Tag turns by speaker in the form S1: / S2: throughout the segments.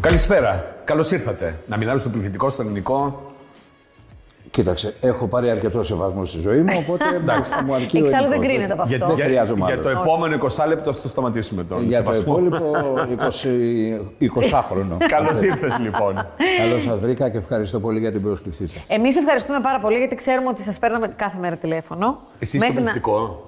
S1: Καλησπέρα. Καλώς ήρθατε. Να μιλάμε στο πληθυντικό, στο ελληνικό.
S2: Κοίταξε, έχω πάρει αρκετό σεβασμό στη ζωή μου, οπότε εντάξει, θα μου αρκεί ο
S3: Εξάλλου δεν
S2: ελληνικός.
S3: κρίνεται από
S2: Γιατί-
S3: αυτό.
S2: δεν χρειάζομαι
S1: για
S2: άλλο. Ε,
S1: το επόμενο 20 λεπτό, στο σταματήσουμε τον
S2: Για το
S1: σεβασμό.
S2: υπόλοιπο 20, χρονο
S1: Καλώς ήρθες λοιπόν.
S2: Καλώς σας βρήκα και ευχαριστώ πολύ για την πρόσκλησή σας.
S3: Εμείς ευχαριστούμε πάρα πολύ γιατί ξέρουμε ότι σας παίρναμε κάθε μέρα τηλέφωνο.
S1: Εσύ στο
S3: Μέχρι να...
S1: πληθυντικό.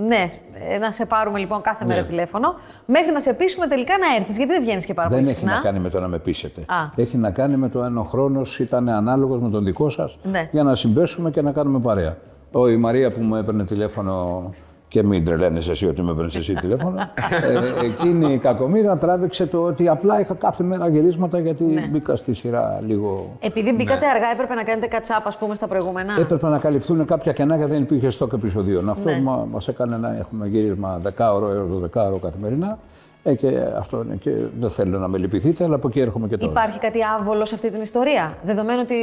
S3: Ναι, ε, να σε πάρουμε λοιπόν κάθε μέρα
S2: Ναι.
S3: τηλέφωνο. Μέχρι να σε πείσουμε τελικά να έρθεις. Γιατί δεν βγαίνεις και πάρα
S2: Δεν
S3: πολύ
S2: έχει
S3: συχνά.
S2: να κάνει με το να με πείσετε.
S3: Α.
S2: Έχει να κάνει με το αν ο χρόνος ήταν ανάλογος με τον δικό σας
S3: Ναι.
S2: για να συμπέσουμε και να κάνουμε παρέα. Ο, η Μαρία που μου έπαιρνε τηλέφωνο και μην τρελαίνεσαι εσύ ότι με έπαιρνε εσύ τηλέφωνο. ε, εκείνη η κακομήρα τράβηξε το ότι απλά είχα κάθε μέρα γυρίσματα γιατί
S3: Ναι.
S2: μπήκα στη σειρά λίγο.
S3: Επειδή μπήκατε
S2: Ναι.
S3: αργά, έπρεπε να κάνετε κατσάπ, ας πούμε, στα προηγούμενα.
S2: Έπρεπε να καλυφθούν κάποια κενά γιατί δεν υπήρχε στόκ επεισοδίων. Αυτό
S3: Ναι.
S2: μα μας έκανε να έχουμε γύρισμα δεκάωρο έως δεκάωρο καθημερινά. Ε, και αυτό είναι και δεν θέλω να με λυπηθείτε, αλλά από εκεί έρχομαι και τώρα.
S3: Υπάρχει κάτι άβολο σε αυτή την ιστορία. Δεδομένου ότι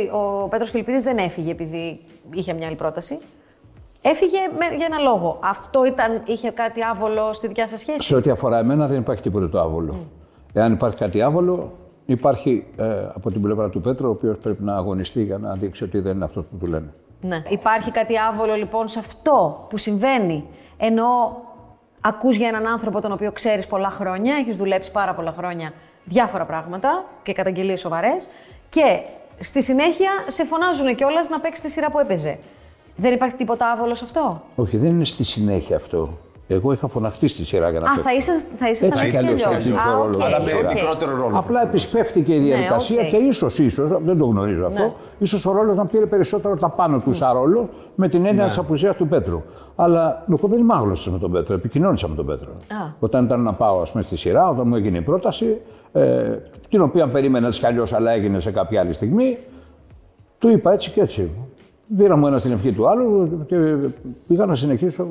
S3: ο Πέτρος Φιλιππίδης δεν έφυγε επειδή είχε μια άλλη πρόταση. Έφυγε με- για ένα λόγο. Αυτό ήταν, είχε κάτι άβολο στη δικιά σας σχέση.
S2: Σε ό,τι αφορά εμένα δεν υπάρχει τίποτα το άβολο. Εάν υπάρχει κάτι άβολο, υπάρχει ε, από την πλευρά του Πέτρου, ο οποίος πρέπει να αγωνιστεί για να δείξει ότι δεν είναι αυτό που του λένε.
S3: Ναι. Υπάρχει κάτι άβολο λοιπόν σε αυτό που συμβαίνει. Ενώ ακούς για έναν άνθρωπο τον οποίο ξέρεις πολλά χρόνια, έχεις δουλέψει πάρα πολλά χρόνια διάφορα πράγματα και καταγγελίες σοβαρές και στη συνέχεια σε φωνάζουν κιόλας να παίξει τη σειρά που έπαιζε. Δεν υπάρχει τίποτα άβολο σε αυτό.
S2: Όχι, δεν είναι στη συνέχεια αυτό. Εγώ είχα φωναχτεί στη σειρά για να
S3: Α,
S2: φεύγω.
S3: θα ήσασταν θα ήσασταν
S2: Έτσι
S3: έτσι κι
S2: κι αλλιώς
S3: αλλιώς.
S2: έχει
S3: Α,
S2: το
S3: οκ,
S2: ρόλο,
S1: Αλλά με
S2: Ωραία.
S3: οκ.
S1: μικρότερο ρόλο.
S2: Απλά επισπεύτηκε η διαδικασία
S3: Ναι, οκ. Ναι.
S2: και ίσως, ίσως, δεν το γνωρίζω αυτό, ίσως ο ρόλος να πήρε περισσότερο τα πάνω του σαν ρόλο με την έννοια της απουσίας του Πέτρου. Αλλά εγώ δεν είμαι άγνωστος με τον Πέτρο, επικοινώνησα με τον Πέτρο. Όταν ήταν να πάω ας πούμε, στη σειρά, όταν μου έγινε η πρόταση, ε, την οποία περίμενα έτσι κι αλλιώς, αλλά έγινε σε κάποια άλλη στιγμή, του είπα έτσι και έτσι. Πήραμε ένα στην ευχή του άλλου και πήγα να συνεχίσω.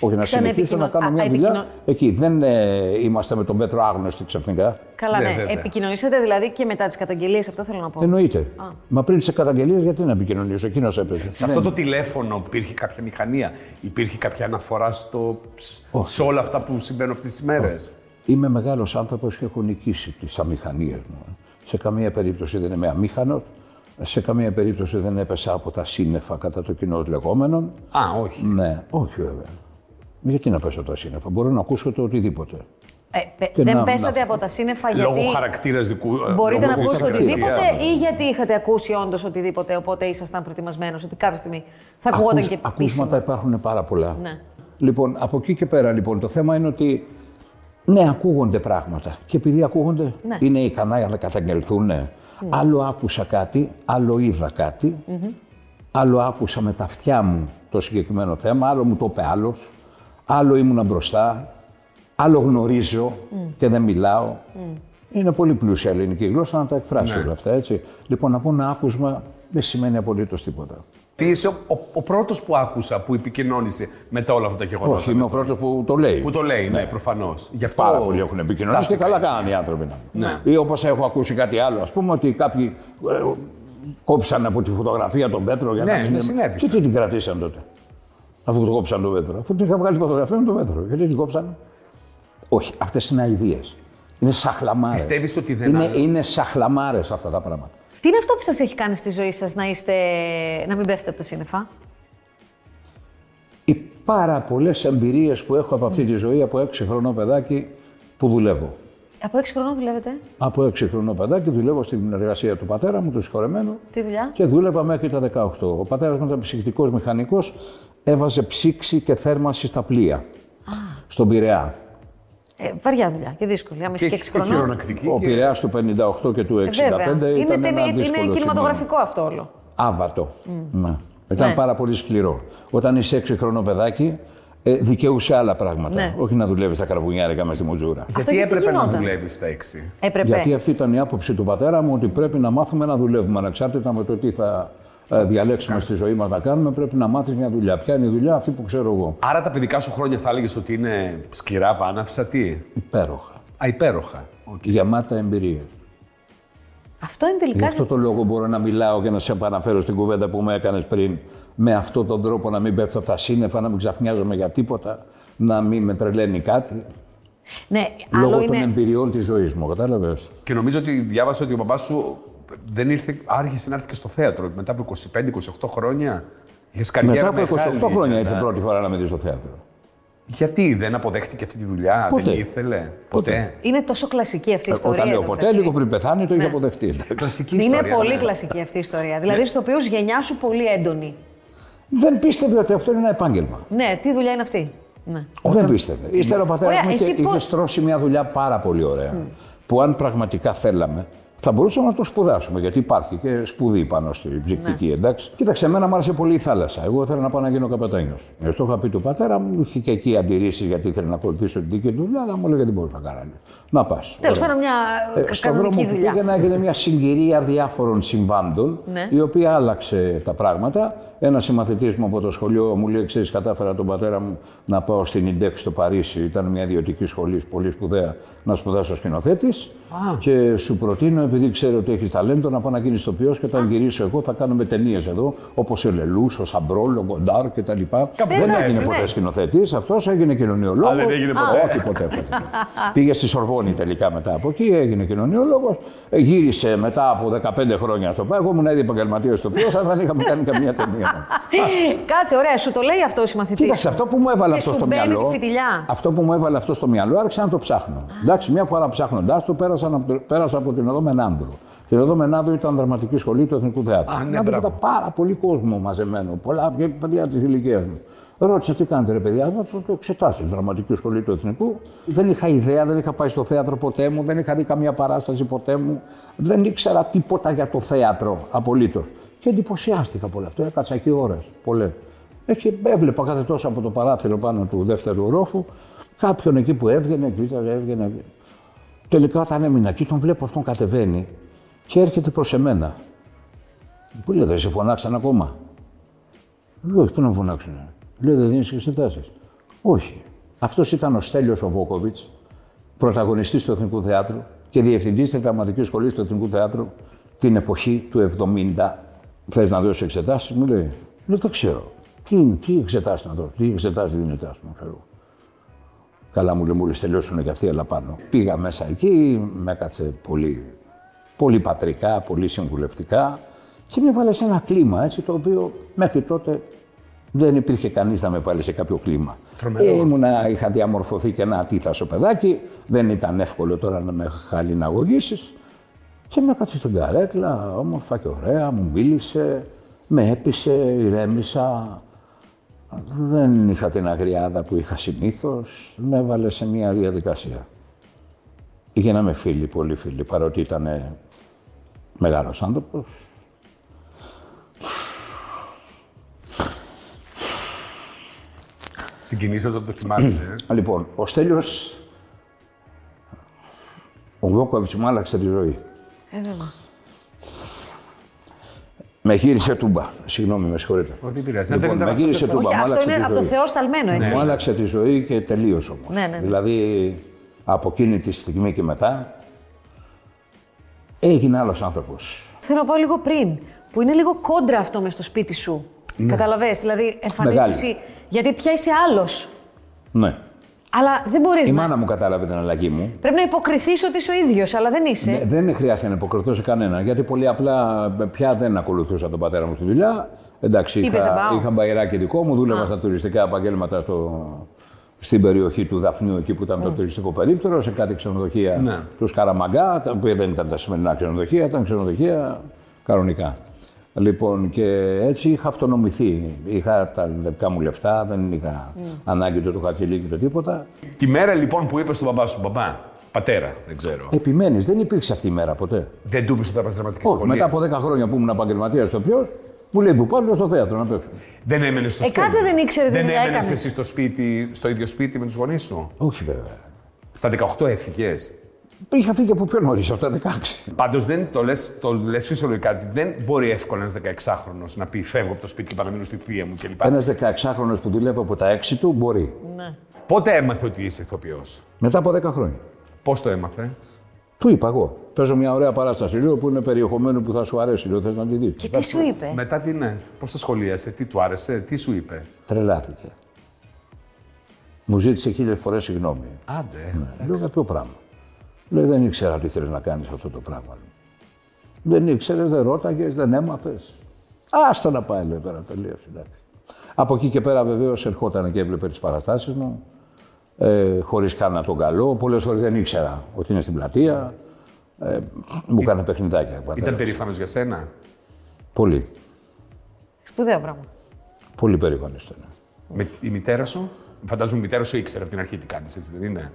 S2: Όχι να συνεχίσω, να
S3: Ξαναεπικοινω-
S2: κάνω
S3: α,
S2: μια
S3: α,
S2: δουλειά.
S3: επικοινω-
S2: Εκεί δεν ε, είμαστε με τον Πέτρο άγνωστοι ξαφνικά.
S3: Καλά,
S1: Ναι,
S3: ναι.
S1: βέβαια.
S3: Επικοινωνήσατε δηλαδή και μετά τις καταγγελίες, αυτό θέλω να πω.
S2: Εννοείται. Μα πριν τις καταγγελίες, γιατί να επικοινωνήσω, εκείνος έπαιζε.
S1: Σε αυτό το τηλέφωνο υπήρχε κάποια μηχανία, υπήρχε κάποια αναφορά στο... σε όλα αυτά που συμβαίνουν αυτές τις μέρες.
S2: Είμαι μεγάλος άνθρωπος και έχω νικήσει τις αμηχανίες μου. Σε καμία περίπτωση δεν είμαι αμήχανος. Σε καμία περίπτωση δεν έπεσα από τα σύννεφα κατά το κοινό λεγόμενο.
S1: Α, όχι.
S2: Ναι, όχι βέβαια. Γιατί να πέσω από τα σύννεφα, μπορώ να ακούσω το οτιδήποτε.
S3: Ε, πε-
S2: Και
S3: δεν
S2: να-
S3: πέσατε
S2: να-
S3: από τα σύννεφα
S1: Λόγω
S3: γιατί
S1: χαρακτήρας δικού. ε,
S2: Ε,
S3: Μπορείτε
S1: λόγω
S3: να
S1: της
S3: ακούσετε
S1: εργασίας.
S3: οτιδήποτε ή γιατί είχατε ακούσει όντως οτιδήποτε, οπότε ήσασταν προετοιμασμένος ότι κάποια στιγμή θα ακουγόταν
S2: Ακούς-
S3: και
S2: Ακούσματα υπάρχουν πάρα πολλά.
S3: Ναι.
S2: Λοιπόν, από εκεί και πέρα λοιπόν το θέμα είναι ότι ναι, ακούγονται πράγματα. Και επειδή ακούγονται,
S3: Ναι.
S2: είναι ικανά για να καταγγελθούν. Άλλο άκουσα κάτι, άλλο είδα κάτι, άλλο άκουσα με τα αυτιά μου το συγκεκριμένο θέμα, άλλο μου το είπε άλλος, άλλο ήμουνα μπροστά, άλλο γνωρίζω και δεν μιλάω. Είναι πολύ πλούσια η ελληνική γλώσσα να τα εκφράσει όλα αυτά, έτσι. Λοιπόν, από ένα άκουσμα δεν σημαίνει απολύτως τίποτα.
S1: Τι είσαι ο, ο, ο πρώτος που άκουσα που επικοινώνησε μετά όλα αυτά τα γεγονότα.
S2: Όχι, είμαι ο πρώτος που το λέει.
S1: Που το λέει, ναι, προφανώς. Γι' αυτό.
S2: Πάρα πολλοί έχουν επικοινωνήσει και καλά κάνανε οι άνθρωποι. να.
S1: Ναι.
S2: Ή όπως έχω ακούσει κάτι άλλο, ας πούμε, ότι κάποιοι ε, κόψαν από τη φωτογραφία τον Πέτρο για
S1: Ναι,
S2: να
S1: ναι,
S2: μην.
S1: συνέβη.
S2: Και τι την κρατήσαν τότε. Αφού το κόψαν τον Πέτρο. Αφού την είχα βγάλει τη φωτογραφία με τον Πέτρο. Γιατί την κόψαν. Όχι, αυτές είναι αειδίε. Είναι σαχλαμάρες.
S1: Πιστεύεις ότι δεν
S2: είναι.
S1: άρεσε.
S2: Είναι σαχλαμάρες αυτά τα πράγματα.
S3: Τι είναι αυτό που σας έχει κάνει στη ζωή σας να, είστε... να μην πέφτετε από τα σύννεφα.
S2: οι πάρα πολλές εμπειρίες που έχω από αυτή τη ζωή από 6 χρονών παιδάκι που δουλεύω.
S3: Από 6 χρονών δουλεύετε.
S2: Από 6 χρονών παιδάκι δουλεύω στην εργασία του πατέρα μου, του συγχωρεμένου.
S3: Τι δουλειά.
S2: Και δούλευα μέχρι τα 18. Ο πατέρας μου ήταν ψυχτικό μηχανικός, έβαζε ψήξη και θέρμανση στα πλοία. Στον Πειραιά.
S3: Ε, βαριά δουλειά και δύσκολη. Αν
S1: Και,
S3: είστε
S1: και,
S3: 6 χρονών.
S1: χειρονακτική.
S2: Ο
S1: και-
S2: Πειραιάς του 58 και του 65
S3: Ε, βέβαια.
S2: ήταν
S3: Είναι,
S2: ένα
S3: ταινί-
S2: δύσκολο
S3: είναι
S2: σημείο.
S3: κινηματογραφικό αυτό όλο.
S2: Άβατο. Ναι. Ήταν
S3: Ναι.
S2: πάρα πολύ σκληρό. Όταν είσαι 6 χρονών παιδάκι, ε, δικαιούσε άλλα πράγματα.
S3: Ναι.
S2: Όχι να δουλεύεις στα καρβουνιάρικα μες στη Μουτζούρα.
S3: Αυτό
S1: Γιατί
S3: γιατί
S1: έπρεπε να
S3: γινόταν.
S1: δουλεύεις στα έξι.
S3: Έπρεπε.
S2: Γιατί αυτή ήταν η άποψη του πατέρα μου ότι πρέπει να μάθουμε να δουλεύουμε. Ανεξάρτητα με το τι θα ε, διαλέξουμε στη ζωή μας να κάνουμε, πρέπει να μάθεις μια δουλειά. Ποια είναι η δουλειά αυτή που ξέρω εγώ.
S1: Άρα τα παιδικά σου χρόνια θα έλεγες ότι είναι σκληρά, βάναυσα, τι.
S2: Υπέροχα.
S1: Α, υπέροχα.
S2: Γεμάτα εμπειρίες.
S3: Αυτό είναι
S2: Γι'
S3: τελικά.
S2: αυτό το λόγο μπορώ να μιλάω και να σε επαναφέρω στην κουβέντα που με έκανες πριν. Με αυτόν τον τρόπο να μην πέφτω από τα σύννεφα, να μην ξαφνιάζομαι για τίποτα, να μην με τρελαίνει κάτι.
S3: Ναι, άλλο
S2: Λόγω των
S3: είναι.
S2: εμπειριών της ζωής μου, κατάλαβες.
S1: Και νομίζω ότι διάβασα ότι ο παπά σου δεν ήρθε, άρχισε να έρθει και στο θέατρο. Μετά από 25-28 χρόνια είχες καριέρα.
S2: Μετά από 28
S1: μεγάλη.
S2: χρόνια
S1: Ναι.
S2: ήρθε πρώτη φορά να με δεις στο θέατρο.
S1: Γιατί δεν αποδέχτηκε αυτή τη δουλειά,
S2: Ποτέ.
S1: δεν ήθελε.
S2: Ποτέ.
S3: Είναι τόσο κλασική αυτή η ιστορία.
S2: Ε, Όταν λέω
S3: εν τω
S2: ποτέ,
S3: μεταξύ. Ναι.
S2: λίγο πριν πεθάνει, το είχε αποδεχτεί. εντάξει.
S1: Κλασική
S3: Είναι
S1: ιστορία,
S3: πολύ
S1: ναι.
S3: κλασική αυτή η ιστορία.
S2: Ναι.
S3: Δηλαδή, στο οποίο γενιά σου πολύ έντονη.
S2: Δεν πίστευε ότι αυτό είναι ένα επάγγελμα.
S3: Ναι, τι δουλειά είναι αυτή. Ναι.
S2: Δεν πίστευε. Ύστερα ο πατέρας
S3: Ωραία,
S2: μου είχε,
S3: εσύ πώς-
S2: είχε στρώσει μια δουλειά πάρα πολύ ωραία. Που αν πραγματικά θέλαμε, θα μπορούσαμε να το σπουδάσουμε. Γιατί υπάρχει και σπουδή πάνω στην ψυκτική,
S3: Ναι.
S2: εντάξει. Κοίταξε, εμένα μου άρεσε πολύ η θάλασσα. Εγώ ήθελα να πάω να γίνω καπετάνιος. Γι' αυτό είχα πει του πατέρα μου, είχε και εκεί αντιρρήσεις γιατί ήθελε να ακολουθήσω την δική του δουλειά. Αλλά μου έλεγε δεν μπορείς να κάνεις. Να πας.
S3: Τέλος πάντων, μια
S2: Ε, στον δρόμο
S3: κανονική
S2: που
S3: δουλειά.
S2: πήγαινα έγινε μια συγκυρία διάφορων συμβάντων,
S3: Ναι.
S2: η οποία άλλαξε τα πράγματα. Ένας συμμαθητής μου από το σχολείο μου λέει: Ξέρεις, κατάφερα τον πατέρα μου να πάω στην Ιντέξ στο Παρίσι. Ήταν μια ιδιωτική σχολή, πολύ σπουδαία, να σπουδάσω σκηνοθέτης. Και σου προτείνω, επειδή ξέρω ότι έχεις ταλέντο, να πάω να γίνεις τοπιό και όταν γυρίσω εγώ θα κάνουμε ταινίες εδώ, όπως ο Λελούς, ο Σαμπρόλ, ο Γκοντάρ κτλ. Δεν
S3: εντάξει,
S2: έγινε
S3: ναι.
S2: ποτέ σκηνοθέτη, αυτός Ε, έγινε κοινωνιολόγος.
S1: Α, δεν έγινε ποτέ.
S2: Όχι, ποτέ, ποτέ. Πήγε στη Σορβόνη τελικά μετά από εκεί, έγινε κοινωνιολόγος. Γύρισε μετά από 15 χρόνια στο πάγο. Ήμουν ήδη επαγγελματίας στο οποίο, αλλά δεν είχαμε κάνει καμία ταινία.
S3: Ε, Κάτσε, ωραία, σου το λέει αυτός ο συμμαθητή.
S2: Κοίταξε, αυτό που μου έβαλε
S3: Και
S2: αυτό
S3: σου
S2: στο
S3: μπαίνει
S2: μυαλό.
S3: τη φιτιλιά.
S2: Αυτό που μου έβαλε αυτό στο μυαλό, άρχισα να το ψάχνω. Εντάξει, μια φορά ψάχνοντά το, πέρασα, να- πέρασα από την Οδό Μενάνδρου. Την Οδό Μενάνδρου ήταν δραματική σχολή του Εθνικού Θεάτρου.
S1: Α, ναι,
S2: Να
S1: μπράβο.
S2: ήταν πάρα πολύ κόσμο μαζεμένο. Πολλά και παιδιά της ηλικίας μου. Ρώτησα τι κάνετε ρε παιδιά, να το, το εξετάσω. Η δραματική σχολή του Εθνικού. Δεν είχα ιδέα, δεν είχα πάει στο θέατρο ποτέ μου, δεν είχα δει καμία παράσταση ποτέ μου. Δεν ήξερα τίποτα για το θέατρο απολύτως. Και εντυπωσιάστηκα από όλο αυτό. Έκατσα εκεί ώρες, πολλές. Ε, και έβλεπα κάθε τόσο από το παράθυρο πάνω του δεύτερου ορόφου κάποιον εκεί που έβγαινε, κοίταζε, έβγαινε. έβγαινε. Τελικά όταν έμεινα εκεί, τον βλέπω αυτόν κατεβαίνει και έρχεται προς εμένα. Πού λέει, δεν σε φωνάξαν ακόμα. Λέω, όχι, πού να με φωνάξουν. Λέει, δεν δίνεις εξετάσεις. Όχι. Αυτός ήταν ο Στέλιος ο Βόκοβιτ, πρωταγωνιστής του Εθνικού Θεάτρου και διευθυντής τη Δραματική Σχολής του Εθνικού Θεάτρου την εποχή του 70. Θες να δώσεις εξετάσεις, μου λέει. Λέω, δεν ξέρω. Τι, είναι, τι εξετάσεις να δώσω, τι εξετάσεις δίνεται, ας πούμε, ξέρω. Καλά μου λέει, μόλις τελειώσουν και αυτοί, αλλά πάνω. Πήγα μέσα εκεί, με έκατσε πολύ, πολύ πατρικά, πολύ συμβουλευτικά και με βάλε σε ένα κλίμα, έτσι, το οποίο μέχρι τότε δεν υπήρχε κανείς να με βάλει σε κάποιο κλίμα. Ε,
S1: Τρομερό.
S2: ήμουνα, είχα διαμορφωθεί και ένα ατίθασο παιδάκι, δεν ήταν εύκολο τώρα να με χαλιναγωγήσεις. Και με κάτσε στην καρέκλα, όμορφα και ωραία, μου μίλησε, με έπεισε, ηρέμησα. Δεν είχα την αγριάδα που είχα συνήθως, με έβαλε σε μια διαδικασία. Γίναμε φίλοι, πολύ φίλοι, παρότι ήταν μεγάλος άνθρωπος.
S1: Συγκινήσω όταν το θυμάσαι.
S2: Λοιπόν, ο Στέλιος, ο Βόκοβιτς μου άλλαξε τη ζωή.
S3: Ε, βέβαια.
S2: Με γύρισε τούμπα. Συγγνώμη, με συγχωρείτε.
S1: Ω, δεν πειράζει.
S2: Λοιπόν,
S1: Δεν ήταν
S2: με
S1: αυτό
S2: γύρισε
S1: το-
S2: τούμπα,
S3: Όχι,
S2: μου
S3: αυτό
S2: άλλαξε
S3: είναι
S2: τη
S3: από το
S2: ζωή.
S3: Θεό σταλμένο, έτσι.
S2: Μου άλλαξε τη ζωή και τελείωσε όμως.
S3: Ναι, ναι, ναι.
S2: Δηλαδή από εκείνη τη στιγμή και μετά έγινε άλλος άνθρωπος.
S3: Θέλω να πάω λίγο πριν, που είναι λίγο κόντρα αυτό μες στο σπίτι σου. Ναι. Καταλαβες, δηλαδή εμφανίζεσαι
S2: Μεγάλη.
S3: εσύ, γιατί πια είσαι άλλος.
S2: Ναι.
S3: Αλλά δεν μπορείς
S2: Η
S3: να.
S2: μάνα μου κατάλαβε την αλλαγή μου.
S3: Πρέπει να υποκριθείς ότι είσαι ο ίδιος, αλλά δεν είσαι.
S2: Ναι, δεν χρειάστηκε να υποκριθώ σε κανένα. Γιατί πολύ απλά ε, πια δεν ακολουθούσα τον πατέρα μου στη δουλειά. Εντάξει,
S3: Είπες,
S2: είχα,
S3: «Δεν πάω».
S2: είχα μπαϊράκι δικό μου, δούλευα στα τουριστικά επαγγέλματα στο, στην περιοχή του Δαφνίου, εκεί που
S3: Ναι.
S2: ήταν το τουριστικό περίπτερο, σε κάτι ξενοδοχεία
S1: Ναι.
S2: του Σκαραμαγκά, τα οποία δεν ήταν τα σημερινά ξενοδοχεία, ήταν ξενοδοχεία κανονικά. Λοιπόν, και έτσι είχα αυτονομηθεί. Είχα τα δικά μου λεφτά, δεν είχα
S3: Mm.
S2: ανάγκη του, του χατζηλίκι, το τίποτα.
S1: Τη μέρα λοιπόν που είπες στον παπά σου, παπά, πατέρα, δεν ξέρω.
S2: Επιμένεις, δεν υπήρξε αυτή η μέρα ποτέ.
S1: Δεν του είπες ότι θα πας δραματική
S2: Ε, Όχι,
S1: σχολή.
S2: Λοιπόν, μετά από 10 χρόνια που ήμουν επαγγελματίας στο ποιος, μου λέει που πάλι στο θέατρο να παίξω.
S1: Δεν έμενες στο
S3: Ε,
S1: σπίτι.
S3: κάτσε, δεν ήξερε τι
S1: Δεν
S3: δουλειά
S1: έμενες
S3: έκανες.
S1: εσύ στο, σπίτι, στο ίδιο σπίτι με τους γονείς σου.
S2: Όχι βέβαια.
S1: Στα 18 έφυγες.
S2: Είχα φύγει από πιο νωρίς, από τα 16.
S1: Πάντως δεν το λες το λες φυσιολογικά. ότι Δεν μπορεί εύκολα ένας 16χρονο να πει Φεύγω από το σπίτι και παραμείνω στη θεία μου κλπ.
S2: Ένας 16χρονο που δουλεύει από τα 6 του μπορεί.
S1: Πότε έμαθε ότι είσαι ηθοποιός.
S2: Μετά από 10 χρόνια.
S1: Πώς το έμαθε.
S2: Του είπα εγώ. Παίζω μια ωραία παράσταση, λέω, που είναι περιεχομένου που θα σου αρέσει, λέω, θες να τη δεις.
S3: Και τι σου είπε.
S1: Μετά ναι. τι ναι, πώς τα σχολίασε, τι του άρεσε, τι σου είπε.
S2: Τρελάθηκε. Μου ζήτησε χίλιες φορές συγγνώμη.
S1: Άντε.
S2: Ναι. Λέω για ποιο πράγμα. Λέει δεν ήξερα τι θέλεις να κάνεις αυτό το πράγμα. Δεν ήξερες, δεν ρώταγες, δεν έμαθες. Άστα να πάει, λέει πέρα. Τελείωσε. εντάξει. Από εκεί και πέρα βεβαίως ερχόταν και έβλεπε τις παραστάσεις μου. Ε, Χωρίς καν να τον καλό. Πολλές φορές δεν ήξερα ότι είναι στην πλατεία. Ε, μου έκανε παιχνιδάκια. ο πατέρας.
S1: Ήταν περήφανος για σένα.
S2: Πολύ.
S3: Σπουδαίο πράγμα.
S2: Πολύ περήφανος ήταν.
S1: Με η μητέρα σου. Φαντάζομαι η μητέρα σου ήξερε από την αρχή τι κάνεις, έτσι δεν είναι.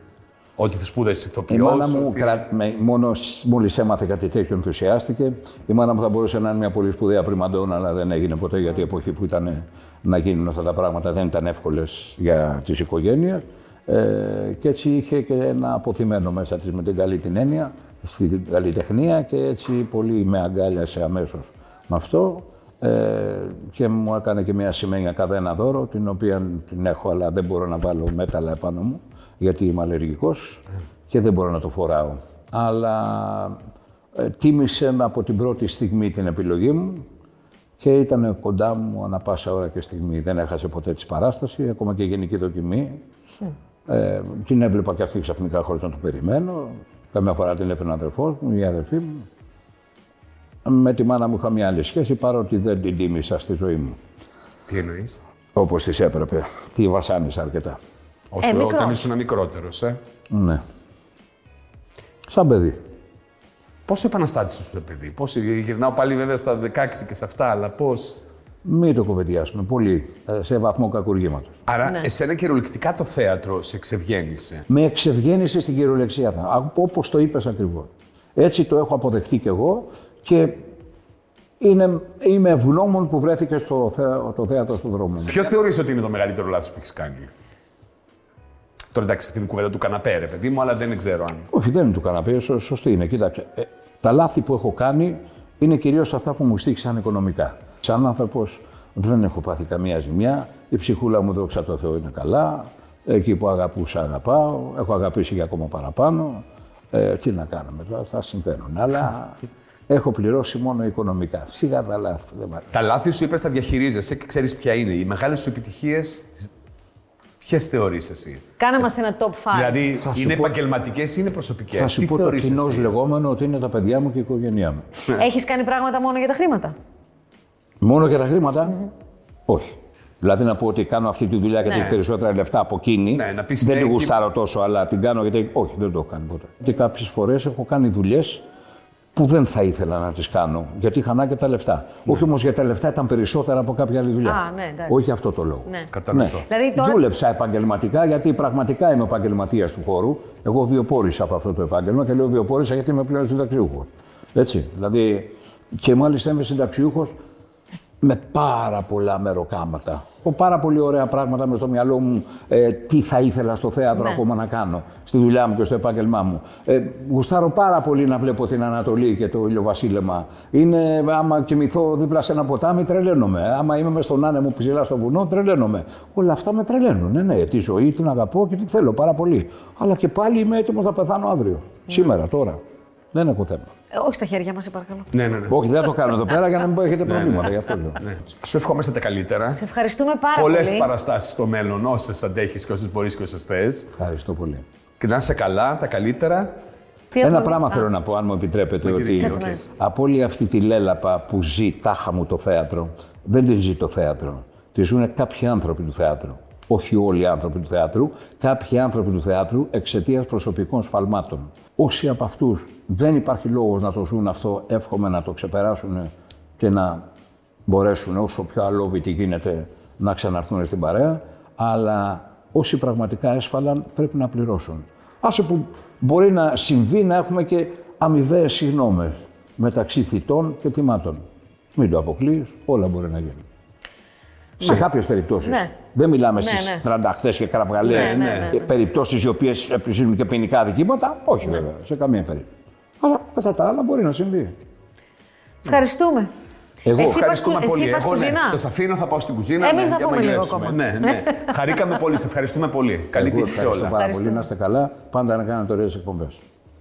S1: Ότι θα σπούδασε
S2: Η
S1: ηθοποιό.
S2: μάνα μου, κρα... με, μόνος μόλις έμαθε κάτι τέτοιο, ενθουσιάστηκε. Η μάνα μου θα μπορούσε να είναι μια πολύ σπουδαία πριμαντόνα, αλλά δεν έγινε ποτέ γιατί η εποχή που ήταν ε, να γίνουν αυτά τα πράγματα δεν ήταν εύκολες για τις οικογένειες. Ε, και έτσι είχε και ένα αποθυμένο μέσα της με την καλή την έννοια, στην καλλιτεχνία και έτσι πολύ με αγκάλιασε αμέσως με αυτό. Ε, και μου έκανε και μια σημαίνια κάθε ένα δώρο, την οποία την έχω, αλλά δεν μπορώ να βάλω μέταλλα επάνω μου, γιατί είμαι αλλεργικός και δεν μπορώ να το φοράω. Αλλά ε, τίμησε με από την πρώτη στιγμή την επιλογή μου και ήταν κοντά μου ανα πάσα ώρα και στιγμή. Δεν έχασε ποτέ της παράσταση, ακόμα και γενική δοκιμή. Ε, την έβλεπα και αυτή ξαφνικά χωρίς να το περιμένω. Καμιά φορά την έφερε ο αδερφός μου, η αδερφή μου. Με τη μάνα μου είχα μια άλλη σχέση, παρότι δεν την τίμησα στη ζωή μου.
S1: Τι εννοείς.
S3: Ε,
S2: Όπως της έπρεπε. Τη βασάνισα αρκετά.
S1: Όσο
S3: μικρός.
S1: όταν ήσουν μικρότερος, ε.
S2: Ναι. Σαν παιδί.
S1: Πόσο επαναστάτησες το παιδί, Πόσο γυρνάω πάλι βέβαια στα 16 και σε αυτά, αλλά πώς.
S2: Μην το κουβεντιάσουμε πολύ. ε, Σε βαθμό κακουργήματος.
S1: Άρα, εσένα κυριολεκτικά το θέατρο σε εξευγέννησε.
S2: Με εξευγέννησε στην κυριολεξία. Όπως το είπες ακριβώς. Έτσι το έχω αποδεχτεί κι εγώ και είναι, είμαι ευγνώμων που βρέθηκε στο θέα, το θέατρο στον δρόμο μου.
S1: Ποιο θεωρείς ότι είναι το μεγαλύτερο λάθος που έχεις κάνει. Τώρα εντάξει, αυτή είναι η κουβέντα του καναπέ, ρε παιδί μου, αλλά δεν ξέρω αν.
S2: Όχι, δεν είναι του καναπέ, σω- σωστή είναι. Κοίταξε. ε, τα λάθη που έχω κάνει είναι κυρίως αυτά που μου στήξαν οικονομικά. Σαν άνθρωπος δεν έχω πάθει καμία ζημιά. Η ψυχούλα μου, δόξα τω Θεώ, είναι καλά. Εκεί που αγαπούσα, αγαπάω. Έχω αγαπήσει για ακόμα παραπάνω. Ε, τι να κάνουμε τώρα, θα συμβαίνουν. Αλλά έχω πληρώσει μόνο οικονομικά. Σιγά τα λάθη. Δεν μ' αρέσει.
S1: Τα λάθη σου είπες, τα διαχειρίζεσαι και ξέρεις ποια είναι. Οι μεγάλες σου επιτυχίες, ποιες θεωρείς εσύ.
S3: Κάνε μας ένα top 5.
S1: Δηλαδή,
S2: θα σου
S1: είναι
S2: πω-
S1: επαγγελματικές ή είναι προσωπικές.
S2: θα σου πω το κοινώ λεγόμενο ότι είναι τα παιδιά μου και η οικογένειά μου.
S3: Έχεις κάνει πράγματα μόνο για τα χρήματα.
S2: Μόνο για τα χρηματα Όχι. Δηλαδή να πω ότι κάνω αυτή τη δουλειά γιατί
S3: Ναι.
S2: έχει περισσότερα λεφτά από εκείνη.
S1: Ναι, να πεις
S2: δεν
S1: ναι,
S2: τη
S1: εκεί-
S2: γουστάρω τόσο, αλλά την κάνω γιατί. Όχι, δεν το έχω κάνει ποτέ. Και κάποιες φορές έχω κάνει δουλειές που δεν θα ήθελα να τις κάνω γιατί είχα ανάγκη τα λεφτά. Όχι όμως γιατί τα λεφτά ήταν περισσότερα από κάποια άλλη δουλειά.
S3: Α, ναι, εντάξει.
S2: Όχι αυτό το λόγο.
S3: Ναι.
S1: Κατανοητό.
S3: Δηλαδή τώρα-
S2: Δούλεψα επαγγελματικά γιατί πραγματικά είμαι επαγγελματίας του χώρου. Εγώ βιοπόρησα από αυτό το επάγγελμα και λέω βιοπόρησα γιατί είμαι πλέον συνταξιούχος. Έτσι. Δηλαδή, και μάλιστα είμαι συνταξιούχος με πάρα πολλά μεροκάματα. Έχω πάρα πολύ ωραία πράγματα μες στο μυαλό μου. Ε, τι θα ήθελα στο θέατρο ακόμα να κάνω, στη δουλειά μου και στο επάγγελμά μου. Ε, γουστάρω πάρα πολύ να βλέπω την Ανατολή και το ηλιοβασίλεμα. Είναι, άμα κοιμηθώ δίπλα σε ένα ποτάμι, τρελαίνομαι. Άμα είμαι μες στον άνεμο ψηλά στο βουνό, τρελαίνομαι. Όλα αυτά με τρελαίνουν. Ναι, ναι, τη ζωή την αγαπώ και την θέλω πάρα πολύ. Αλλά και πάλι είμαι έτοιμος να πεθάνω αύριο. Σήμερα, τώρα. Δεν έχω θέμα.
S3: Ε, όχι στα χέρια μας, σε παρακαλώ.
S1: Ναι, ναι, ναι.
S2: Όχι, δεν θα το κάνω εδώ πέρα για να μην έχετε προβλήματα. Γι' αυτό λέω.
S1: Σου ευχόμαστε τα καλύτερα.
S3: Σε ευχαριστούμε πάρα
S1: Πολλές
S3: πολύ.
S1: παραστάσεις στο μέλλον, όσες αντέχεις και όσες μπορείς και όσες θες.
S2: Ευχαριστώ πολύ.
S1: Και να είσαι καλά, τα καλύτερα.
S3: Τι
S2: Ένα
S3: έχουμε-
S2: πράγμα
S3: Α,
S2: θέλω να πω, αν μου επιτρέπετε, ότι
S3: Κάτσε να δεις.
S2: από όλη αυτή τη λέλαπα που ζει τάχα μου το θέατρο, δεν την ζει το θέατρο. Τη ζουν κάποιοι άνθρωποι του θέατρου. Όχι όλοι οι άνθρωποι του θέατρου, κάποιοι άνθρωποι του θέατρου εξαιτίας προσωπικών σφαλμάτων. Όσοι από αυτούς δεν υπάρχει λόγος να το ζουν αυτό, εύχομαι να το ξεπεράσουν και να μπορέσουν όσο πιο αλόβητοι γίνεται να ξαναρθούν στην παρέα, αλλά όσοι πραγματικά έσφαλαν πρέπει να πληρώσουν. Άσε που μπορεί να συμβεί να έχουμε και αμοιβαίες συγνώμες μεταξύ θητών και θυμάτων. Μην το αποκλείει, όλα μπορεί να γίνουν. Σε κάποιες περιπτώσεις.
S3: Ναι.
S2: Δεν μιλάμε
S3: Ναι,
S2: στις
S3: ναι.
S2: τρανταχτέ και κραυγαλέ
S3: Ναι, ναι,
S2: περιπτώσεις οι οποίες επιζήμουν και ποινικά δικήματα. Όχι, βέβαια, σε καμία περίπτωση. Αλλά κατά τα άλλα μπορεί να συμβεί.
S3: Ευχαριστούμε.
S2: Εγώ
S3: Εσύ είπας
S1: Ευχαριστούμε
S3: κου-
S1: πολύ.
S3: εσύ είπας
S1: Εγώ ναι,
S3: κουζίνα.
S1: σας αφήνω, θα πάω στην κουζίνα.
S3: Εμείς
S1: ναι,
S3: θα
S1: για να
S3: πούμε λίγο
S1: μαγειρέψουμε.
S3: ακόμα.
S1: Ναι, ναι. Χαρήκαμε πολύ, σε ευχαριστούμε πολύ. Καλή
S2: Εγώ
S1: τύχη σε
S2: ευχαριστώ
S1: όλα.
S2: πάρα πολύ.
S3: Ευχαριστούμε.
S2: Να είστε καλά. Πάντα να κάνετε ωραίες εκπομπές.